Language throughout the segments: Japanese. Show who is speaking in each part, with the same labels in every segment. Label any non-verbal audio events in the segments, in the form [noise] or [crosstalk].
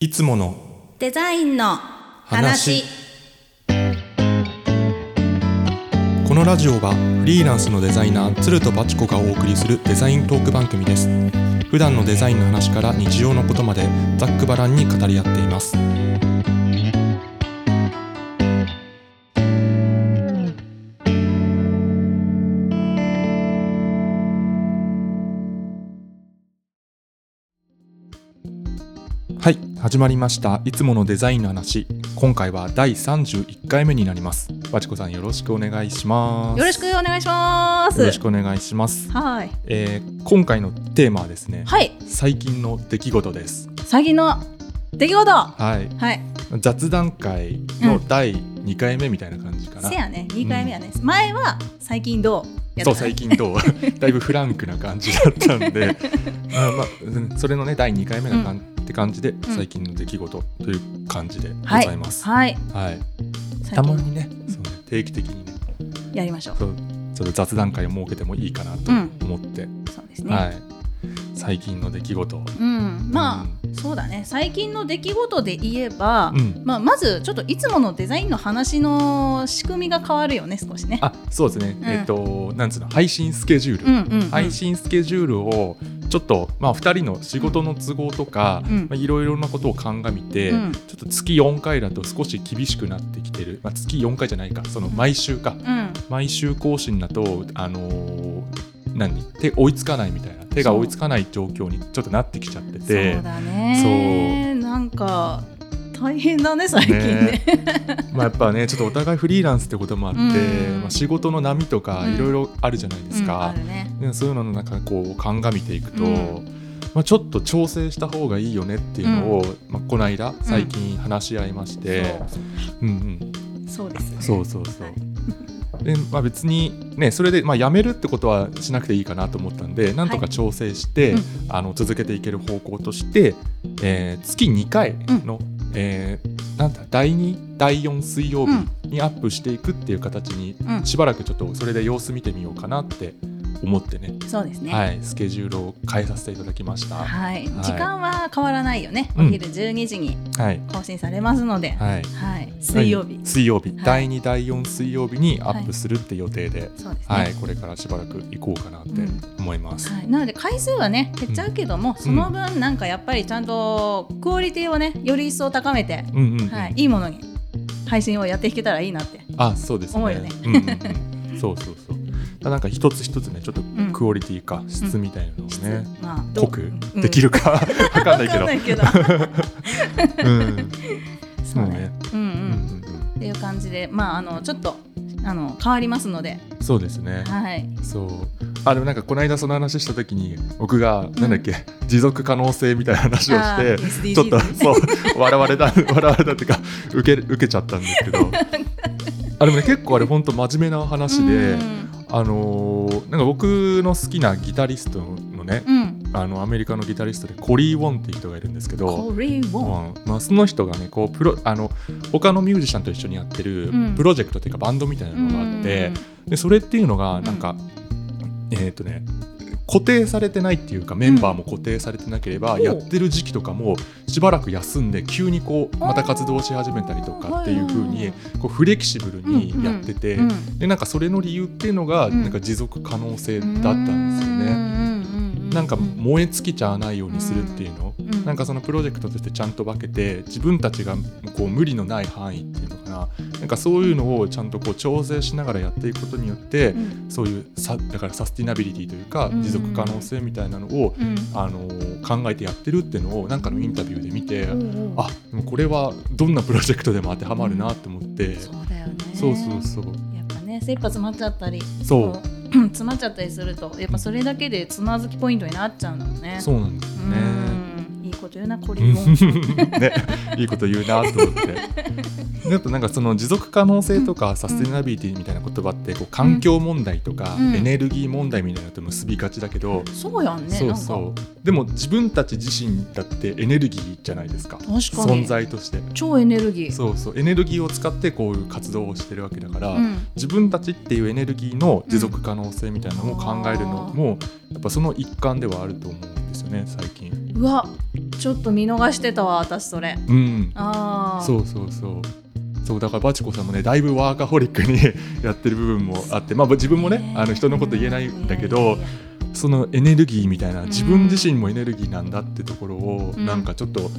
Speaker 1: いつもの
Speaker 2: デザインの話
Speaker 1: 話このラジオはフリーランスのデザイナー鶴とバチコがお送りするデザイントーク番組です普段のデザインの話から日常のことまでざっくばらんに語り合っていますはい始まりましたいつものデザインの話今回は第31回目になりますバチコさんよろしくお願いします
Speaker 2: よろしくお願いします
Speaker 1: よろしくお願いします、
Speaker 2: はい
Speaker 1: えー今回のテーマはですね、
Speaker 2: はい
Speaker 1: 最近の出来事です
Speaker 2: 最近の出来事は
Speaker 1: はい
Speaker 2: い
Speaker 1: 雑談会の第2回目みたいな感じかな、
Speaker 2: せやね2回目やね、前は最近どうやった
Speaker 1: そう最近 [laughs] どうだいぶフランクな感じだったん [laughs] であまあうんそれのね第2回目なかんって感じで、最近の出来事という感じでございます、
Speaker 2: はい
Speaker 1: はい
Speaker 2: 最
Speaker 1: たま
Speaker 2: 近
Speaker 1: にねそうね定期的にね
Speaker 2: やりましょう
Speaker 1: そうちょっと雑談会を設けてもいいかなと
Speaker 2: うん
Speaker 1: 思って、
Speaker 2: そうですね、
Speaker 1: はい最近の出来事
Speaker 2: うんまあ、そうだね最近の出来事で言えば、
Speaker 1: うん
Speaker 2: まあ、まずちょっといつものデザインの話の仕組みが変わるよね少しね。
Speaker 1: あそうですね、
Speaker 2: ん
Speaker 1: えっ、となんつうの配信スケジュール、
Speaker 2: うんうんうん
Speaker 1: 配信スケジュールをちょっと、まあ、2人の仕事の都合とか
Speaker 2: うん
Speaker 1: まあいろいろなことを鑑みて、
Speaker 2: うん
Speaker 1: ちょっと月4回だと少し厳しくなってきてる、まあ、月4回じゃないかその
Speaker 2: うん
Speaker 1: 毎週か、
Speaker 2: うん
Speaker 1: 毎週更新だとあのー何手追いつかないみたいな手が追いつかない状況にちょっとなってきちゃって
Speaker 2: そう
Speaker 1: て。
Speaker 2: だねなんか大変だね最近ね。
Speaker 1: まあやっぱねちょっとお互いフリーランスってこともあって、
Speaker 2: うん
Speaker 1: まあ、仕事の波とかいろいろあるじゃないですか、
Speaker 2: うんあるね
Speaker 1: ねそういうのの中こう鑑みていくと、
Speaker 2: うん
Speaker 1: まあ、ちょっと調整した方がいいよねっていうのを、まあ、この間最近話し合いまして、うんうん
Speaker 2: そうそうです、ね、
Speaker 1: そうそうそう。でまあ、別に、ね、それで、まあ、やめるってことはしなくていいかなと思ったんでなんとか調整して、
Speaker 2: うん
Speaker 1: あの続けていける方向として、えー月2回の、えーなんだ第2第4水曜日にアップしていくっていう形に、
Speaker 2: うん
Speaker 1: しばらくちょっとそれで様子見てみようかなって思ってね
Speaker 2: そうですね。はい
Speaker 1: はい、スケジュールを変えさせていただきました。ははい
Speaker 2: 時間は変わらないよね、
Speaker 1: うん
Speaker 2: お昼12時に
Speaker 1: い、
Speaker 2: 更新されますので、は
Speaker 1: はい、
Speaker 2: い水曜日、
Speaker 1: はい水曜日、
Speaker 2: い
Speaker 1: 第2、第4水曜日にアップするって予定で、
Speaker 2: そうですね、
Speaker 1: はい、これからしばらく行こうかなって思います。
Speaker 2: はい、なので回数はね減っちゃうけども、その分なんかやっぱりちゃんとクオリティをねより一層高めて、
Speaker 1: うんうん、うん
Speaker 2: はい、いいものに配信をやっていけたらいいなって
Speaker 1: あ、そうですね。
Speaker 2: 思うよね
Speaker 1: うんうんうん、そうそうそう。だなんか一つ一つね、ちょっと
Speaker 2: ん
Speaker 1: クオリティか質みたいなのをね、
Speaker 2: まあどう
Speaker 1: 濃く
Speaker 2: うん
Speaker 1: できるか [laughs] わかんない
Speaker 2: わ
Speaker 1: け
Speaker 2: かん
Speaker 1: ど
Speaker 2: な。いけど
Speaker 1: うん、 [laughs]
Speaker 2: そ
Speaker 1: そ
Speaker 2: う
Speaker 1: うね
Speaker 2: ねうんう
Speaker 1: うんうん
Speaker 2: んっていう感じでまああのちょっとあの変わりますので
Speaker 1: うんそうですね。
Speaker 2: はい
Speaker 1: そうあでもなんかこの間その話した時に僕がなんだっけ、持続可能性みたいな話を
Speaker 2: あー
Speaker 1: して
Speaker 2: SDGs
Speaker 1: ちょっとそう笑われた [laughs] 笑われたっていうか受け受けちゃったんですけどあでもね結構あれ本当真面目な話で
Speaker 2: うん、
Speaker 1: あのーなんか僕の好きなギタリストのね、
Speaker 2: うん
Speaker 1: あのアメリカのギタリストでコリー・ウォンっていう人がいるんですけど。
Speaker 2: これ
Speaker 1: うん
Speaker 2: を
Speaker 1: まあ、その人がねこうプロあの他のミュージシャンと一緒にやってる
Speaker 2: うん
Speaker 1: プロジェクトっていうかバンドみたいなのがあって、でそれっていうのがなんか、えっ、とね固定されてないっていうかメンバーも固定されてなければ、
Speaker 2: うん
Speaker 1: やってる時期とかもしばらく休んで急にこうまた活動し始めたりとかっていう風にこうフレキシブルにやってて、
Speaker 2: うんうん
Speaker 1: でなんかそれの理由っていうのが
Speaker 2: うん
Speaker 1: なんか持続可能性
Speaker 2: う
Speaker 1: だ
Speaker 2: ん
Speaker 1: ったんですよ
Speaker 2: う
Speaker 1: ね。
Speaker 2: んううう
Speaker 1: なんか燃え尽きちゃわないようにするっていうの、
Speaker 2: うん
Speaker 1: なんかそのプロジェクトとしてちゃんと分けて自分たちがこう無理のない範囲っていうのかななんかそういうのをちゃんとこう調整しながらやっていくことによって、
Speaker 2: うん
Speaker 1: そういうさだからサスティナビリティというか
Speaker 2: うん
Speaker 1: 持続可能性みたいなのを、
Speaker 2: うん
Speaker 1: あのー考えてやってるっていうのをなんかのインタビューで見て、
Speaker 2: うんうん
Speaker 1: あでもこれはどんなプロジェクトでも当てはまるなと思って、
Speaker 2: そうだよね
Speaker 1: そうそうそう
Speaker 2: やっぱね精一杯詰まっちゃったり
Speaker 1: そう
Speaker 2: こう詰まっちゃったりするとやっぱそれだけでつまずきポイントになっちゃうんだろうね
Speaker 1: そうなんですよ
Speaker 2: う
Speaker 1: ね。
Speaker 2: んいいこと言うなコリ
Speaker 1: [laughs]
Speaker 2: ゴン
Speaker 1: ね、いいこと言うなと思って。であとなんかその持続可能性とかサステナビリティみたいな言葉ってこう環境問題とか
Speaker 2: うん
Speaker 1: エネルギー問題みたいなのと結びがちだけど、
Speaker 2: そうやんね
Speaker 1: そうそうでも自分たち自身だってエネルギーじゃないですか
Speaker 2: なんか確か
Speaker 1: 存
Speaker 2: に
Speaker 1: 在として
Speaker 2: 超エネルギー
Speaker 1: そうそうエネルギーを使ってこういう活動をしてるわけだから、
Speaker 2: うん
Speaker 1: 自分たちっていうエネルギーの持続可能性みたいなのを考えるのも、やっぱその一環ではあると思うんですよね最近。
Speaker 2: うわちょっと見逃してたわ私それ
Speaker 1: うん
Speaker 2: ああ
Speaker 1: そうそうそうそうだからバチコさんもねだいぶワーカホリックに [laughs] やってる部分もあってまあ自分もねあの人のこと言えないんだけどそのエネルギーみたいな自分自身もエネルギーなんだってところを
Speaker 2: うん
Speaker 1: なんかちょっと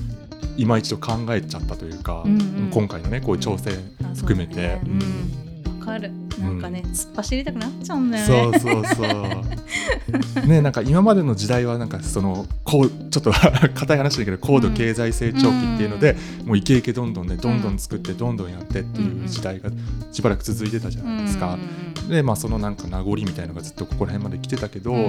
Speaker 1: いま一度考えちゃったというか、
Speaker 2: うんうん
Speaker 1: 今回のねこういう調整含めて
Speaker 2: あそうだねうんわかるなんかね、突っ走りたくなっちゃうんだよね
Speaker 1: そうそう
Speaker 2: [laughs]
Speaker 1: そう。ねなんか今までの時代はなんかそのこうちょっと [laughs] 硬い話だけど高度経済成長期っていうので、もうイケイケどんどんねどんどん作ってどんどんやってっていう時代がしばらく続いてたじゃないですか。でまあ、そのなんか名残みたいなのがずっとここら辺まで来てたけど、
Speaker 2: うん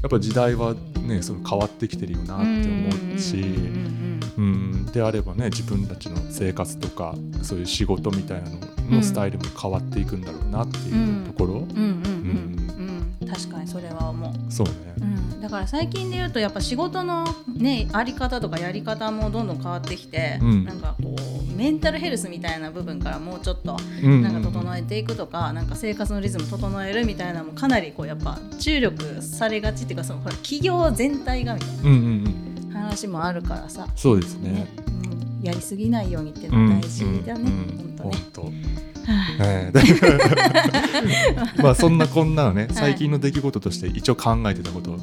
Speaker 1: やっぱ時代はねその変わってきてるよなって思うし、
Speaker 2: んんうん
Speaker 1: うん、であればね自分たちの生活とかそういう仕事みたいなののスタイルも変わっていくんだろうなっていうところ、
Speaker 2: うんうんうんうん確かにそれは思う、
Speaker 1: そうね。
Speaker 2: うん、だから最近で言うとやっぱ仕事のねあり方とかやり方もどんどん変わってきて、
Speaker 1: うん
Speaker 2: なんかこうメンタルヘルスみたいな部分からもうちょっと
Speaker 1: な
Speaker 2: なんか整えていくとか、なんか生活のリズム整えるみたいなのもかなりこうやっぱ注力されがちっていうかそのほら企業全体がみたい
Speaker 1: うんうんうん、
Speaker 2: な話もあるからさ、
Speaker 1: そうです
Speaker 2: ね
Speaker 1: ね。
Speaker 2: うん、やりすぎないようにっていう
Speaker 1: う
Speaker 2: の
Speaker 1: ん
Speaker 2: 大事
Speaker 1: うん
Speaker 2: だね、本当ね。
Speaker 1: 本
Speaker 2: はい
Speaker 1: 当え
Speaker 2: [laughs]
Speaker 1: えまあそんなこんなのね、最近の出来事として一応考えてたこと。うん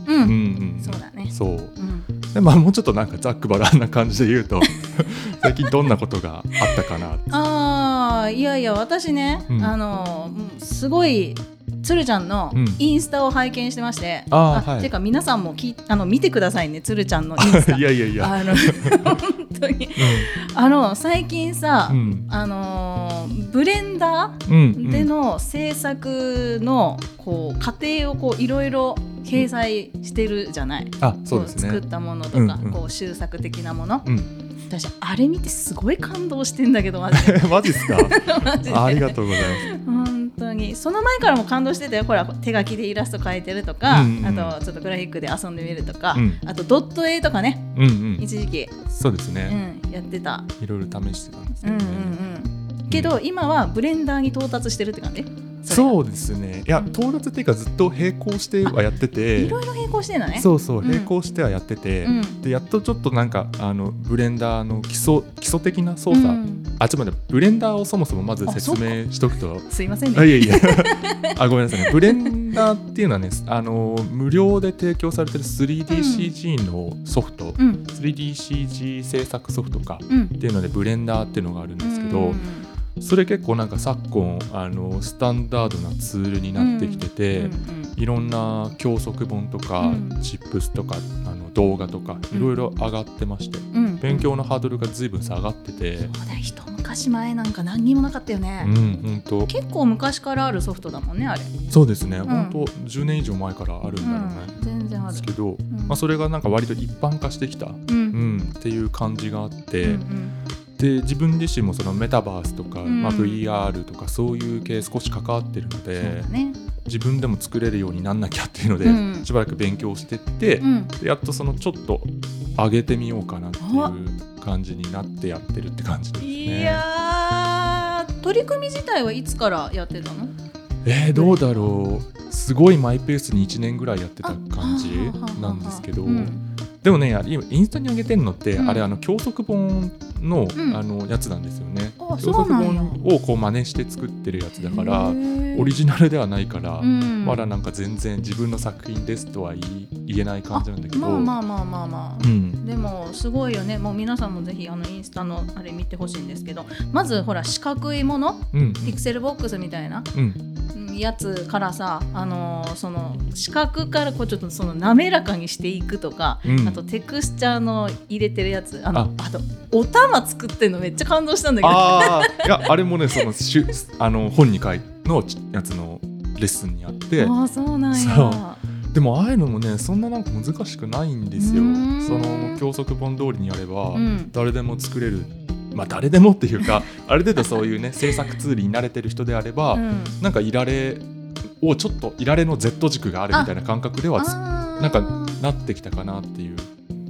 Speaker 1: ん
Speaker 2: そうだね
Speaker 1: そう。
Speaker 2: うん
Speaker 1: でまあもうちょっとなんかざっくばらんな感じで言うと、 [laughs] 最近どんなことがあったかな。
Speaker 2: ああいやいや私ね、
Speaker 1: うん
Speaker 2: あのうんすごいつるちゃんの
Speaker 1: うん
Speaker 2: インスタを拝見してまして、
Speaker 1: あーはい
Speaker 2: てか皆さんもきあの見てくださいねつるちゃんのインス
Speaker 1: [laughs]
Speaker 2: タ
Speaker 1: いやいやいや。
Speaker 2: あの [laughs] 本当にあの最近さ、
Speaker 1: うん
Speaker 2: あのーブレンダー
Speaker 1: うんうん
Speaker 2: での制作のこう過程をこういろいろ掲載してるじゃない、
Speaker 1: あそうです
Speaker 2: こう
Speaker 1: ね
Speaker 2: 作っ。たものとか、
Speaker 1: うんうん
Speaker 2: こう修作的なもの、
Speaker 1: うん。 [laughs]
Speaker 2: 私あれ見てすごい感動してんだけどマジで
Speaker 1: マジ
Speaker 2: [laughs]
Speaker 1: ですか。
Speaker 2: マジで
Speaker 1: ありがとうございます。
Speaker 2: 本当にその前からも感動してたよほら手書きでイラスト描いてるとか、
Speaker 1: うんうん
Speaker 2: あとちょっとグラフィックで遊んでみると [laughs] か、
Speaker 1: うん
Speaker 2: あとドット絵とかね
Speaker 1: うんうん。
Speaker 2: 一時期、
Speaker 1: そうです
Speaker 2: う
Speaker 1: ね。
Speaker 2: ん、やってた、
Speaker 1: いろいろ試してたんですけ
Speaker 2: うん
Speaker 1: ど
Speaker 2: うんう
Speaker 1: ね。
Speaker 2: ん、けど今はブレンダーに到達してるって感じ
Speaker 1: そううですね。いや
Speaker 2: うん
Speaker 1: 到達っていうかずっと並行してはやってて。
Speaker 2: いろいろ並行してんだね
Speaker 1: そうそう
Speaker 2: うん
Speaker 1: 並行してはやってて、
Speaker 2: うん
Speaker 1: でやっとちょっとなんかあのブレンダーの基礎基礎的な操作、
Speaker 2: ん
Speaker 1: あちょっと待ってブレンダーをそもそもまず
Speaker 2: あ
Speaker 1: 説明しとくと。
Speaker 2: すいませんね
Speaker 1: あいやいやあごめんなさいねブレンダーっていうのはねあの無料で提供されてる 3DCG のソフト、
Speaker 2: うん
Speaker 1: 3DCG 制作ソフトかっ
Speaker 2: うん
Speaker 1: ていうのでブレンダーっていうのがあるんですけど、
Speaker 2: うん
Speaker 1: それ結構なんか昨今あのスタンダードなツールになってきてて、
Speaker 2: うんうん
Speaker 1: いろんな教則本とか、
Speaker 2: うん
Speaker 1: チップスとかあの動画とか
Speaker 2: うん
Speaker 1: いろいろ上がってまして、
Speaker 2: うんうん
Speaker 1: 勉強のハードルが随分下がってて、
Speaker 2: そうだよ一昔前なんか何にもなかったよね、
Speaker 1: うん本当
Speaker 2: 結構昔からあるソフトだもんねあれ
Speaker 1: そうですね、
Speaker 2: ん
Speaker 1: 本当10年以上前からあるんだろうね、
Speaker 2: うん、全然あ
Speaker 1: で
Speaker 2: る
Speaker 1: すけど、
Speaker 2: ん
Speaker 1: まあ、それがなんか割と一般化してきた、
Speaker 2: う
Speaker 1: うんん、っていう感じがあって、
Speaker 2: うんうん
Speaker 1: で自分自身もそのメタバースとか、
Speaker 2: うん
Speaker 1: まあ、VR とかそういう系少し関わってるので、
Speaker 2: そうだね
Speaker 1: 自分でも作れるようになんなきゃっていうので、
Speaker 2: うん
Speaker 1: しばらく勉強してって、
Speaker 2: うん
Speaker 1: でやっとそのちょっと上げてみようかなっていう感じになってやってるって感じですね。
Speaker 2: いやー取り組み自体はいつからやってたの
Speaker 1: えー、どうだろうすごいマイペースに1年ぐらいやってた感じ
Speaker 2: あはははは
Speaker 1: なんですけど、
Speaker 2: うん
Speaker 1: でもねあ今インスタに上げてるのって、
Speaker 2: うん
Speaker 1: あれあの教則本の,、
Speaker 2: うん
Speaker 1: あのやつなんですよね。
Speaker 2: あ
Speaker 1: 教
Speaker 2: そう
Speaker 1: 則
Speaker 2: なんや
Speaker 1: 本をこう真似して作ってるやつだからオリ
Speaker 2: ジ
Speaker 1: ジナルではないから、
Speaker 2: うん
Speaker 1: まだなんか全然自分の作品ですとは言い言えない感じなんだけど。
Speaker 2: まあまあまあまあまあ、
Speaker 1: うん
Speaker 2: でもすごいよねもう皆さんもぜひあのインスタのあれ見てほしいんですけどまずほら四角いもの
Speaker 1: うん
Speaker 2: ピクセルボックスみたいな
Speaker 1: うん
Speaker 2: うんやつからさ、あのーその四角からこうちょっとその滑らかにしていくとか、
Speaker 1: うん
Speaker 2: あとテクスチャーの入れてるやつあの
Speaker 1: あ
Speaker 2: あとお玉作ってんのめっちゃ感動したんだけど
Speaker 1: ああ、いや、あれもね、その、しゅ、あの、本に書いのちやつのレッスンにあって。
Speaker 2: ああそうなんや
Speaker 1: そでも、ああいうのもね、そんななんか難しくないんですよ
Speaker 2: うーん。
Speaker 1: その教則本通りにやれば、
Speaker 2: うん
Speaker 1: 誰でも作れる。まあ、誰でもって
Speaker 2: [laughs]
Speaker 1: いうか、ある程度そういうね、制作ツールに慣れてる人であれば、
Speaker 2: うん
Speaker 1: なんかいられ。をちょっといられの Z 軸があるみたいな感覚ではつ
Speaker 2: あー
Speaker 1: なんかなってきたかなっていう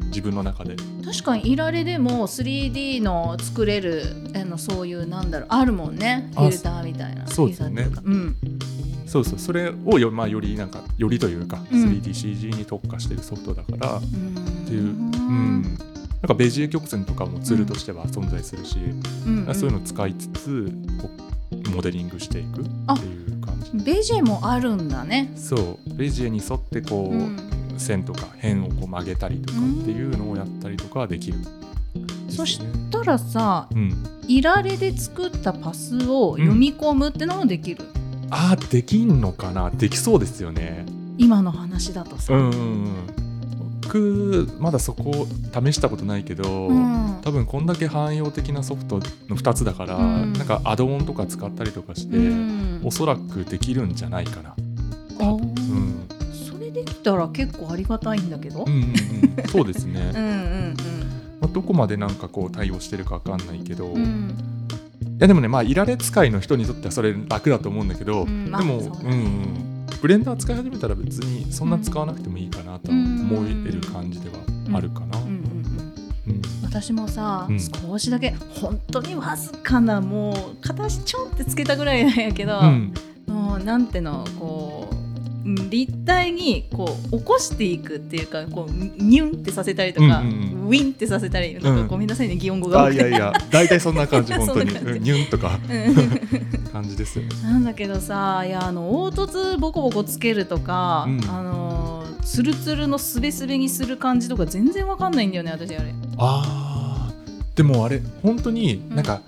Speaker 1: 自分の中で
Speaker 2: 確かにいられでも 3D の作れるあのそういうなんだろうあるもんねフ
Speaker 1: あ
Speaker 2: ィルターみたいな
Speaker 1: そうですよね
Speaker 2: フィルターっていうか
Speaker 1: そうそうそれをよ,、まあ、よりなんかよりというか
Speaker 2: うん
Speaker 1: 3DCG に特化してるソフトだから、
Speaker 2: うん
Speaker 1: っていううん、なんかベジエ曲線とかもツールとしては存在するし、
Speaker 2: うんうん
Speaker 1: そういうのを使いつつこうモデリングしていくっていう感じ
Speaker 2: ベジェもあるんだね。
Speaker 1: そうベジエに沿ってこう、
Speaker 2: うん
Speaker 1: 線とか辺をこう曲げたりとかっていうのをやったりとかはできる、
Speaker 2: そし
Speaker 1: ね
Speaker 2: たらさ
Speaker 1: うん、
Speaker 2: いられで作ったパスを読み込むってのもできる、
Speaker 1: あーできんのかなできそうですよね
Speaker 2: 今の話だとさ、
Speaker 1: うんうんうん僕まだそこ試したことないけど、
Speaker 2: うん
Speaker 1: 多分こんだけ汎用的なソフトの2つだから、
Speaker 2: うん
Speaker 1: なんかアドオンとか使ったりとかして、
Speaker 2: うん
Speaker 1: おそらくできるんじゃないかな。
Speaker 2: あー
Speaker 1: うん、
Speaker 2: それできたら結構ありがたいんだけど、
Speaker 1: うんうんうん、そうですね、 [laughs]
Speaker 2: うん、うん
Speaker 1: まあ、どこまでなんかこう対応してるかわかんないけど、
Speaker 2: うんう
Speaker 1: い
Speaker 2: ん
Speaker 1: やでもねまあいられ使いの人にとってはそれ楽だと思うんだけど、
Speaker 2: うん
Speaker 1: で
Speaker 2: まあ
Speaker 1: も、
Speaker 2: そうだ
Speaker 1: うん
Speaker 2: ね
Speaker 1: うんブレンダー使い始めたら別にそんな使わなくてもいいかなとは思える感じではあるかな。
Speaker 2: うんうん
Speaker 1: うん
Speaker 2: 私もさ、
Speaker 1: うん
Speaker 2: 少しだけ本当にわずかなもう片足ちょんってつけたぐらいなんやけど、
Speaker 1: うん
Speaker 2: もうなんてのこううん立体にこう起こしていくっていうかこうニュンってさせたりとか、
Speaker 1: うんうん
Speaker 2: ウィンってさせたりなんか
Speaker 1: うん
Speaker 2: ごめんなさいね擬音語が
Speaker 1: あ
Speaker 2: 多く
Speaker 1: い
Speaker 2: て
Speaker 1: やいや大体そんな
Speaker 2: [laughs]
Speaker 1: 感じ本当に
Speaker 2: そんな感
Speaker 1: う
Speaker 2: じ
Speaker 1: んニュンとか
Speaker 2: うん
Speaker 1: 感じですよね。
Speaker 2: [laughs] なんだけどさいやあの凹凸ボコボコつけるとか、
Speaker 1: うん
Speaker 2: あのツルツルのすべすべにする感じとか全然わかんないんだよね私あれ。
Speaker 1: あーでもあれ本当になんか、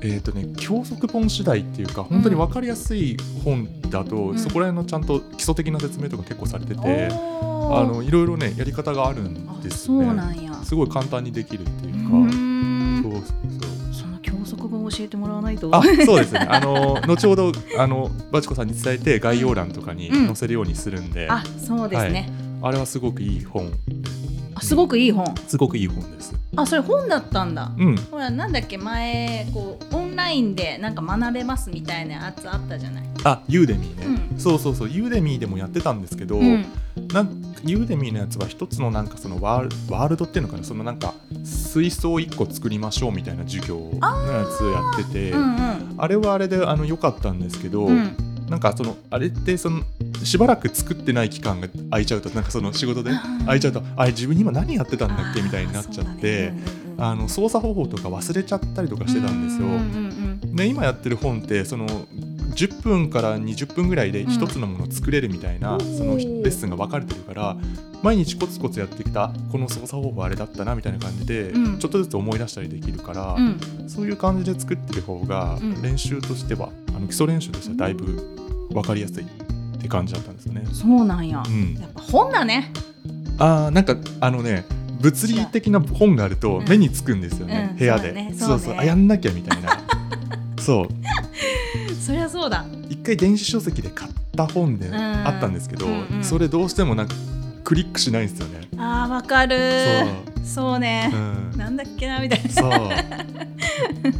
Speaker 1: えっ、とね教則本次第っていうか本当に分かりやすい本だと、
Speaker 2: ん
Speaker 1: そこら辺のちゃんと基礎的な説明とか結構されてて、
Speaker 2: おー
Speaker 1: あのいろいろねやり方があるん
Speaker 2: あ
Speaker 1: です
Speaker 2: そ
Speaker 1: よね。
Speaker 2: うなんや。
Speaker 1: すごい簡単にできるっていううか、
Speaker 2: ー
Speaker 1: そ
Speaker 2: ん
Speaker 1: うそうそう
Speaker 2: その教則本教えてもらわないと。
Speaker 1: あそうですねあの後ほどあのバチコさんに伝えて概要欄とかに載せるようにするんで、
Speaker 2: あそうですね。
Speaker 1: あれはすごくいい本
Speaker 2: あすごくいい本。
Speaker 1: すごくいい本です。
Speaker 2: あそれ本だったんだ。
Speaker 1: うん
Speaker 2: ほらなんだっけ前こうオンラインでなんか学べますみたいなやつあったじゃない。
Speaker 1: あユーデミーね、
Speaker 2: うん
Speaker 1: そうそうそうユーデミーでもやってたんですけど、なんユーデミーのやつは一つのなんかそのワールワールドっていうのかなそのなんか水槽を一個作りましょうみたいな授業のやつやってて
Speaker 2: うん
Speaker 1: あ,、
Speaker 2: うん。
Speaker 1: れはあれであの良かったんですけど、
Speaker 2: うん
Speaker 1: なんかそのあれってそのしばらく作ってない期間が空いちゃうとなんかその仕事で
Speaker 2: うん
Speaker 1: 空いちゃうとあれ自分今何やってたんだっけみたいになっちゃっ
Speaker 2: あ
Speaker 1: て
Speaker 2: ー。そうだね
Speaker 1: あの操作方法とか忘れちゃったりとかしてたんですよ。
Speaker 2: ううん
Speaker 1: で今やってる本ってその10分から20分ぐらいで一つのものを作れるみたいな、
Speaker 2: うん
Speaker 1: そのレッスンが分かれてるから毎日コツコツやってきたこの操作方法あれだったなみたいな感じで、
Speaker 2: うん
Speaker 1: ちょっとずつ思い出したりできるから
Speaker 2: う、んうんうん
Speaker 1: そういう感じで作ってる方が
Speaker 2: うん
Speaker 1: 練習としては、あの基礎練習としてはだいぶ分かりやすいって感じだったんですよね。
Speaker 2: そうなんや
Speaker 1: う。ん、
Speaker 2: やっぱ本だね。
Speaker 1: あーなんかあのね物理的な本があると
Speaker 2: うん
Speaker 1: 目につくんですよね、
Speaker 2: うん
Speaker 1: 部屋
Speaker 2: そ
Speaker 1: で
Speaker 2: うだね
Speaker 1: そう
Speaker 2: そう
Speaker 1: そう
Speaker 2: ね
Speaker 1: あやんなきゃみたい
Speaker 2: [laughs]
Speaker 1: なそう
Speaker 2: そりゃそうだ。
Speaker 1: 一回電子書籍で買った本で
Speaker 2: ん
Speaker 1: あったんですけど、
Speaker 2: うんうん
Speaker 1: それどうしてもなんかクリックしないんですよね。
Speaker 2: あーわかるー。
Speaker 1: そ
Speaker 2: そう
Speaker 1: う、う
Speaker 2: ね。
Speaker 1: ん、
Speaker 2: なんだっけなみたいな。
Speaker 1: そう。
Speaker 2: [laughs]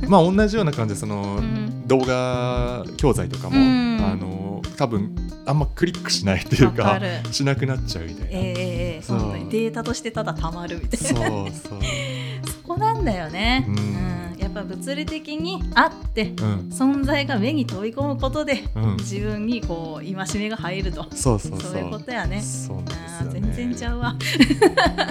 Speaker 1: まあ同じような感じでその、
Speaker 2: うん
Speaker 1: 動画教材とかも、
Speaker 2: うん
Speaker 1: あの多分あんまクリックしないっていう
Speaker 2: わ
Speaker 1: か
Speaker 2: かる。
Speaker 1: しなくなっちゃうみたい
Speaker 2: え
Speaker 1: な。
Speaker 2: えええ
Speaker 1: そう
Speaker 2: 本当にデータとしてただたまるみたいな。
Speaker 1: そうそう。
Speaker 2: そこなんだよね。
Speaker 1: う
Speaker 2: うんん。やっぱ物理的にあっ
Speaker 1: う
Speaker 2: て
Speaker 1: ん
Speaker 2: 存在が目に飛び込むことで
Speaker 1: うん。
Speaker 2: 自分にこう戒めが入ると。
Speaker 1: そうそうそう。
Speaker 2: そういうことやね。
Speaker 1: そうなんです
Speaker 2: あ
Speaker 1: よ
Speaker 2: ー
Speaker 1: ね。
Speaker 2: 全然ちゃうわ。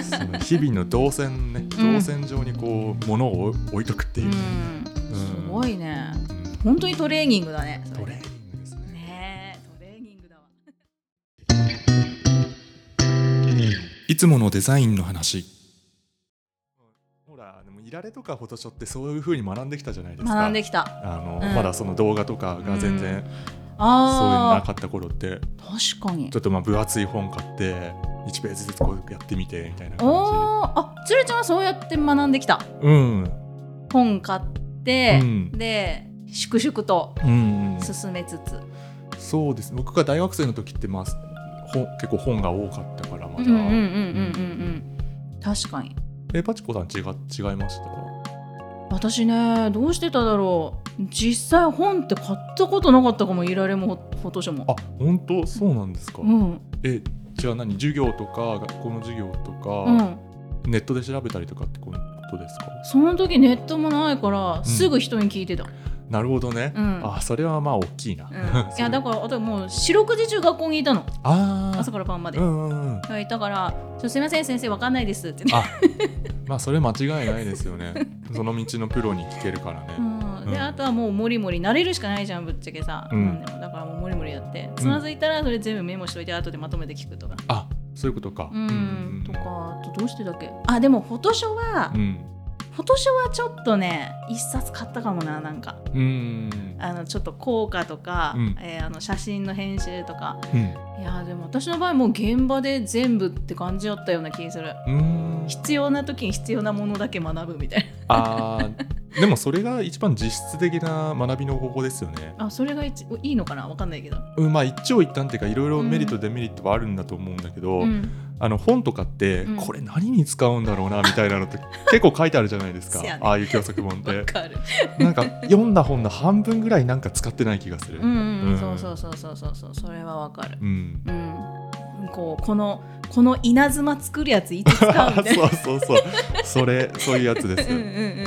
Speaker 1: その日々の動線ね、
Speaker 2: うん
Speaker 1: 動線上にこう物を置いとくっていううね。
Speaker 2: ん。すごいね。
Speaker 1: うん
Speaker 2: 本当にトレーニングだね。それ
Speaker 1: トレーニングですね。
Speaker 2: ねえトレーニングだわ。
Speaker 1: いつものデザインの話。ほら、でもいられとかフォトショーってそういう風に学んできたじゃないですか。
Speaker 2: 学んできた。
Speaker 1: あの、
Speaker 2: うん
Speaker 1: まだその動画とかが全然、そういうのな
Speaker 2: ああ
Speaker 1: かった頃って、
Speaker 2: 確かに
Speaker 1: ちょ。っとまあ分厚い本買って1ページずつこうやってみてみたいな感
Speaker 2: おおあつるちゃんはそうやって学んできた。
Speaker 1: じ。うん。
Speaker 2: 本買って、
Speaker 1: うん
Speaker 2: で粛々と
Speaker 1: うん、うん。
Speaker 2: 進めつつ。
Speaker 1: そうです。僕が大学生の時ってまあ本結構本が多かったからまだ。
Speaker 2: うんうんうんうんうんうん。確かに。
Speaker 1: えパチコさん違違いました。
Speaker 2: 私ねどうしてただろう実際本って買ったことなかったかもいられもフォトショーも
Speaker 1: あ、本当そうなんですか。
Speaker 2: うん
Speaker 1: え、じゃあ何授業とか学校の授業とか。
Speaker 2: うん
Speaker 1: ネットで調べたりとかってことですか
Speaker 2: その時ネットもないからすぐ人に聞いてた、
Speaker 1: なるほどね、
Speaker 2: うん
Speaker 1: あそれはまあ大きい [laughs] な、
Speaker 2: うん、いやだ
Speaker 1: ら
Speaker 2: からあともう四六時中学校にいたの
Speaker 1: あー
Speaker 2: 朝から晩まで、
Speaker 1: うんうんうん
Speaker 2: はい、だから「ちょすいません先生わかんないです」ってね、
Speaker 1: あまあそれ間違いないですよね [laughs] その道のプロに聞けるからね、
Speaker 2: うん、
Speaker 1: う
Speaker 2: で
Speaker 1: ん
Speaker 2: あとはもうモリモリ慣れるしかないじゃんぶっちゃけさ、
Speaker 1: うん
Speaker 2: なんでもだからもうモリモリやってつまずいたらそれ全部メモしといて後でまとめて聞くとか
Speaker 1: あそういうことか
Speaker 2: うん、
Speaker 1: うん
Speaker 2: とかあとどうしてだっけあでもフォトショは、
Speaker 1: うん
Speaker 2: フォトショはちょっとね一冊買ったかもななんか
Speaker 1: うん
Speaker 2: あのちょっと効果とか、
Speaker 1: うん
Speaker 2: えーあの写真の編集とか
Speaker 1: うん
Speaker 2: いやーでも私の場合もう現場で全部って感じだったような気する
Speaker 1: うん
Speaker 2: 必要な時に必要なものだけ学ぶみたい
Speaker 1: あ
Speaker 2: [laughs]
Speaker 1: ーでもそれが一番実質的な学びの方法ですよね。
Speaker 2: なあそれがいちいいのかなわかんないけど、
Speaker 1: うん、まあ一長一短っていうかいろいろメリットデメリットはあるんだと思うんだけど、
Speaker 2: うん、
Speaker 1: あの本とかって
Speaker 2: うん
Speaker 1: これ何に使うんだろうなみたいなのって [laughs] 結構書いてあるじゃない
Speaker 2: [laughs]
Speaker 1: ですか、
Speaker 2: せやね
Speaker 1: ああいう教則本っ
Speaker 2: [laughs] わ
Speaker 1: て。
Speaker 2: かる
Speaker 1: なんか読んだ本の半分ぐらいなんか使ってない気がする。
Speaker 2: うんうん、う、
Speaker 1: うんん
Speaker 2: そうそうそうそうそうそうそれはわかる
Speaker 1: うん
Speaker 2: うんこうこのこの稲妻作るやついつ使うみたい
Speaker 1: [laughs]
Speaker 2: な
Speaker 1: そうそうそうそれそういうやつです。
Speaker 2: [laughs] うんうんうん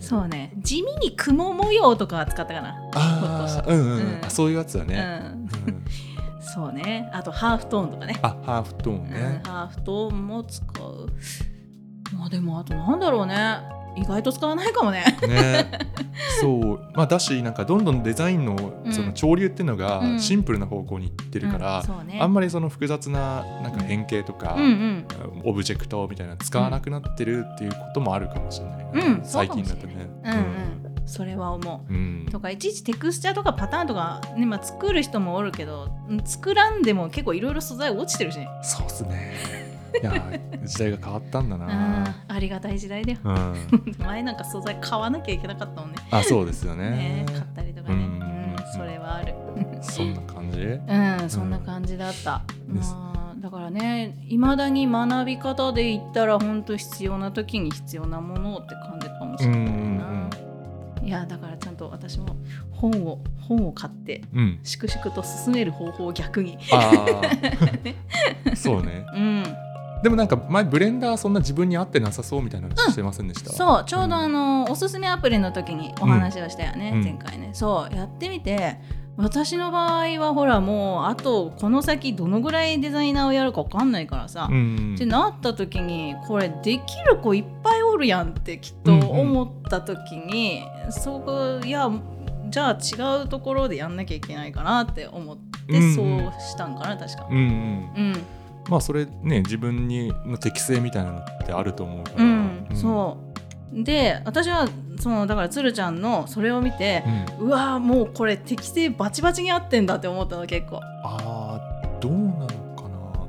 Speaker 2: そうね地味に雲模様とかは使ったかな、
Speaker 1: ああ、うんうん、
Speaker 2: うん
Speaker 1: あそういうやつだね。
Speaker 2: うん
Speaker 1: うん
Speaker 2: そうねあとハーフトーンとかね
Speaker 1: あ、ハーフトーン
Speaker 2: うん
Speaker 1: ね。
Speaker 2: ハーフトーンも使うまあでもあとなんだろうね意外と使わないかもね
Speaker 1: ね、そう、まあ、だし、なんかどんどんデザインの
Speaker 2: うん
Speaker 1: その潮流っていうの
Speaker 2: うん
Speaker 1: がシンプルな方向に行ってるから、
Speaker 2: うんそうね
Speaker 1: あんまりその複雑ななんか変形とか、
Speaker 2: うんうん
Speaker 1: オブジェクトみたいなの使わなくなってるっていうこともあるかもしれないな、
Speaker 2: うん
Speaker 1: 最近だとね。
Speaker 2: うんうんそれは思
Speaker 1: うんうん
Speaker 2: うとかいちいちテクスチャーとかパターンとか、ねまあ、作る人もおるけどうん作らんでも結構いろいろ素材落ちてるしね
Speaker 1: そうっすね。いや、時代が変わったんだ
Speaker 2: う
Speaker 1: な。
Speaker 2: んありがたい時代だよ [laughs]
Speaker 1: うん、
Speaker 2: 前なんか素材買わなきゃいけなかったもんね
Speaker 1: あ、そうですよ
Speaker 2: ね
Speaker 1: ね。
Speaker 2: 買ったりとかね、う
Speaker 1: うんうん
Speaker 2: ん
Speaker 1: うん
Speaker 2: それはある
Speaker 1: そんな感じ。
Speaker 2: うん、そんな感じだった。
Speaker 1: です
Speaker 2: まあ、だからね、いまだに学び方で言ったら、本当必要な時に必要なものって感じかもし
Speaker 1: う
Speaker 2: れ
Speaker 1: ん
Speaker 2: な
Speaker 1: う
Speaker 2: い
Speaker 1: ん
Speaker 2: な。いや、だからちゃんと私も本を本を買って。
Speaker 1: うん。うん。
Speaker 2: 粛々と進める方法を逆に。
Speaker 1: あ
Speaker 2: [laughs]
Speaker 1: あ。そうね。
Speaker 2: うん、
Speaker 1: でもなんか前ブレンダーそんな自分に合ってなさそうみたいな話してませんでした、
Speaker 2: そう、ちょうどあの、おすすめアプリの時にお話をしたよね、
Speaker 1: うん
Speaker 2: 前回ね。そう、やってみて。私の場合はほらもうあとこの先どのぐらいデザイナーをやるかわかんないからさ、
Speaker 1: うん
Speaker 2: ってなった時にこれできる子いっぱいおるやんってきっと思った時に、そこいやじゃあ違うところでやんなきゃいけないかなって思って
Speaker 1: うんうん
Speaker 2: そうしたんかな確か
Speaker 1: う。んうん
Speaker 2: うん、
Speaker 1: まあそれね自分にの適性みたいなのってあると思うから、
Speaker 2: うんそうで私はそのだからつるちゃんのそれを見て
Speaker 1: う、ん
Speaker 2: うわーもうこれ適性バチバチに合ってんだって思ったの結構。
Speaker 1: あーどうなのかな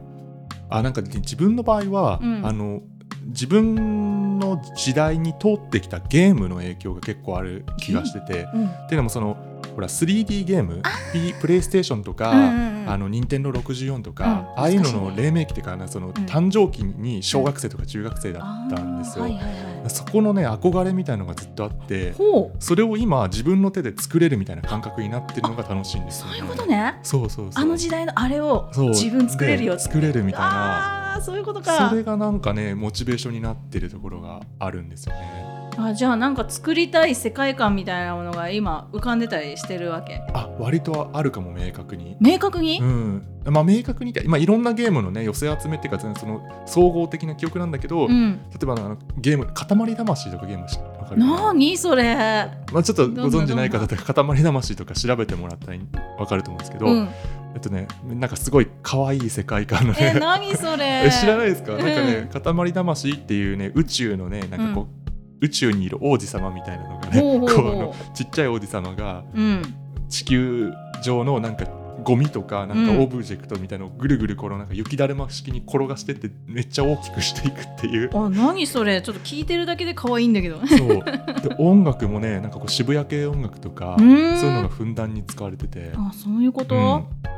Speaker 1: あなんかね自分の場合は、
Speaker 2: うん
Speaker 1: あの自分の時代に通ってきたゲームの影響が結構ある気がしてて、
Speaker 2: うん
Speaker 1: っていうのもそのほら 3D ゲームピプレイステーションとか、
Speaker 2: うんうん
Speaker 1: あの任天堂64とか、
Speaker 2: うん
Speaker 1: ああいうの
Speaker 2: 懐かし
Speaker 1: の
Speaker 2: いね
Speaker 1: 黎明期っていうかなその、誕生期に小学生とか中学生だったんですよ、
Speaker 2: あーはいはいはい
Speaker 1: そこのね憧れみたいのがずっとあって
Speaker 2: ほう
Speaker 1: それを今自分の手で作れるみたいな感覚になってるのが楽しいんですよ
Speaker 2: そ
Speaker 1: ね
Speaker 2: ういうことね。
Speaker 1: そうそうそう
Speaker 2: あの時代のあれを
Speaker 1: そう
Speaker 2: 自分作れるよっ
Speaker 1: で
Speaker 2: て
Speaker 1: 作れるみたいな
Speaker 2: あーそういうことか
Speaker 1: それがなんかねモチベーションになってるところがあるんですよね
Speaker 2: あじゃあなんか作りたい世界観みたいなものが今浮かんでたりしてるわけ
Speaker 1: あ割とあるかも明確に
Speaker 2: 明確に、
Speaker 1: うんまあ明確にって、まあ、いろんなゲームのね寄せ集めっていうかその総合的な記憶なんだけど、
Speaker 2: う
Speaker 1: 例
Speaker 2: ん
Speaker 1: えばあのゲーム「塊魂」とかゲームしわかるかな
Speaker 2: なにそれ
Speaker 1: まあ、ちょっとご存じない
Speaker 2: どんな
Speaker 1: 方とか「塊魂」とか調べてもらったらわかると思うんですけど、
Speaker 2: うん、
Speaker 1: えっとねなんかすごい可愛い世界観のね [laughs]
Speaker 2: え何それ
Speaker 1: え知らないですか、なんか
Speaker 2: うん
Speaker 1: ね「塊魂」っていうね宇宙のねなんかこう、宇宙にいる王子様みたいなのがね
Speaker 2: ほうほうほう
Speaker 1: こうあのちっちゃい王子様が
Speaker 2: うん
Speaker 1: 地球上のなんかゴミとかなんか
Speaker 2: うん
Speaker 1: オブジェクトみたいなのをぐるぐるこのなんか雪だるま式に転がしてってめっちゃ大きくしていくっていう。
Speaker 2: あ何それちょっと聞いてるだけで可愛いんだけ
Speaker 1: [laughs]
Speaker 2: ど
Speaker 1: そうで音楽もねなんかこう渋谷系音楽とか
Speaker 2: う
Speaker 1: そう
Speaker 2: ーん
Speaker 1: いうのがふんだんに使われてて。
Speaker 2: あそういうこと、
Speaker 1: うん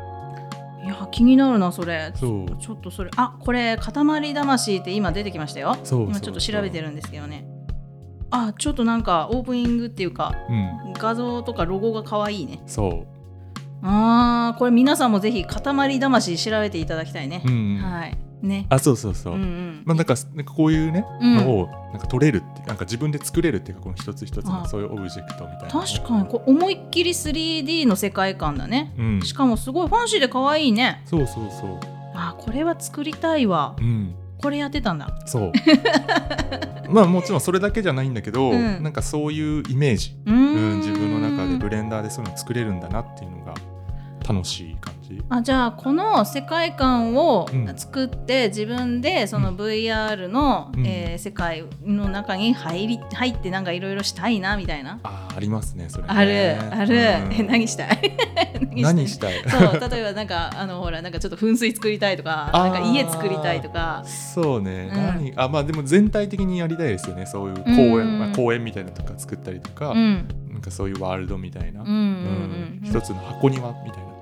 Speaker 2: いや気になるなそれ
Speaker 1: そう
Speaker 2: ちょっとそれあこれ「塊魂」って今出てきましたよ
Speaker 1: そう
Speaker 2: 今ちょっと調べてるんですけどねあちょっとなんかオープニングっていうか
Speaker 1: うん
Speaker 2: 画像とかロゴが可愛いね
Speaker 1: そ
Speaker 2: あーこれ皆さんもぜひ塊魂調べていただきたいね
Speaker 1: う、う、ん
Speaker 2: はいね
Speaker 1: あそうそうそう、
Speaker 2: うんうん
Speaker 1: まあなんかなんかこういうね、
Speaker 2: うん
Speaker 1: のをなんか取れるっていうなんか自分で作れるっていうかこの一つ一つの
Speaker 2: あ
Speaker 1: そういうオブジェクトみたいなのを
Speaker 2: 確かにこれ思いっきり 3D の世界観だね、
Speaker 1: うん
Speaker 2: しかもすごいファンシーで可愛いね
Speaker 1: そうそうそう
Speaker 2: あこれは作りたいわ
Speaker 1: うん
Speaker 2: これやってたんだ
Speaker 1: そう [laughs] まあもちろんそれだけじゃないんだけど、
Speaker 2: うん
Speaker 1: なんかそういうイメージ、
Speaker 2: うーん
Speaker 1: うん、自分の中でブレンダーでそういうの作れるんだなっていうのが楽しい感じ
Speaker 2: あじゃあこの世界観を
Speaker 1: うん
Speaker 2: 作って、自分でその VR の、
Speaker 1: うん
Speaker 2: えー世界の中に入り入ってなんかいろいろしたいなみたいな、
Speaker 1: あーありますねそれね
Speaker 2: あるある、え
Speaker 1: うん
Speaker 2: 何したい [laughs]
Speaker 1: 何
Speaker 2: い
Speaker 1: したい
Speaker 2: そう例えばなんかあのほらなんかちょっと噴水作りたいとか
Speaker 1: あ
Speaker 2: な
Speaker 1: ー
Speaker 2: んか家作りたいとか
Speaker 1: そうね、
Speaker 2: うん
Speaker 1: 何あまあでも全体的にやりたいですよねそういう公園、
Speaker 2: うん
Speaker 1: まあ、公園みたいなのとか作ったりとか、
Speaker 2: うん
Speaker 1: なんかそういうワールドみたいな、
Speaker 2: うんうんうん
Speaker 1: 一つの箱庭みたいな、うん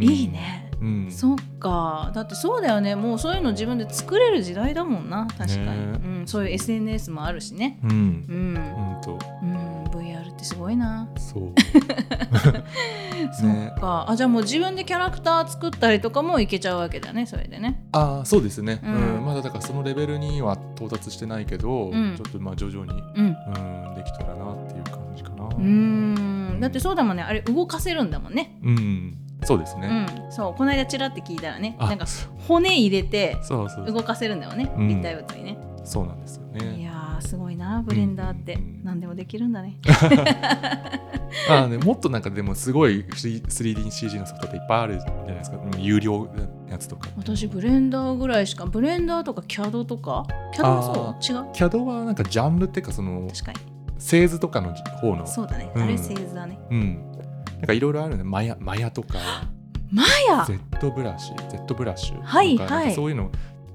Speaker 2: いい、ね、
Speaker 1: うん、
Speaker 2: そっかだってそうだよねもうそういうの自分で作れる時代だもんな確かに、
Speaker 1: ね
Speaker 2: うん、そういう SNS もあるしね
Speaker 1: うん
Speaker 2: うん、
Speaker 1: ほんと
Speaker 2: うん、VR ってすごいな
Speaker 1: そう
Speaker 2: そっかあじゃあもう自分でキャラクター作ったりとかもいけちゃうわけだねそれでね
Speaker 1: ああそうですね、
Speaker 2: う
Speaker 1: うんんまだだからそのレベルには到達してないけど、
Speaker 2: うん
Speaker 1: ちょっとまあ徐々に、
Speaker 2: うん
Speaker 1: うん、できたらなっていう感じかな
Speaker 2: うーんだってそうだもんねあれ動かせるんだもんね
Speaker 1: うんそうです
Speaker 2: う
Speaker 1: ね、
Speaker 2: んそうこの間ちらって聞いたらね
Speaker 1: あ
Speaker 2: なんか骨入れて
Speaker 1: そうそう
Speaker 2: 動かせるんだよね
Speaker 1: うん
Speaker 2: 立体物にね、
Speaker 1: そうなんですよ
Speaker 2: い
Speaker 1: ね
Speaker 2: やーすごいなブレンダーって、
Speaker 1: うん
Speaker 2: 何でもできるんだね
Speaker 1: あーねもっとなんかでもすごい 3DCG のソフトっていっぱいあるじゃないですかうん有料のやつとか
Speaker 2: 私ブレンダーぐらいしかブレンダーとか CAD とか CAD
Speaker 1: あ
Speaker 2: はそう違う
Speaker 1: CAD はなんかジャンルっていうかその
Speaker 2: 確かに
Speaker 1: 製図とかの方の
Speaker 2: そうだね、
Speaker 1: うん
Speaker 2: あれ製図だね
Speaker 1: うんなんかいろいろあるねマヤマヤとか
Speaker 2: マヤ
Speaker 1: Z ブラシ Z ブラシとか
Speaker 2: はい
Speaker 1: なんか
Speaker 2: はい
Speaker 1: そういうの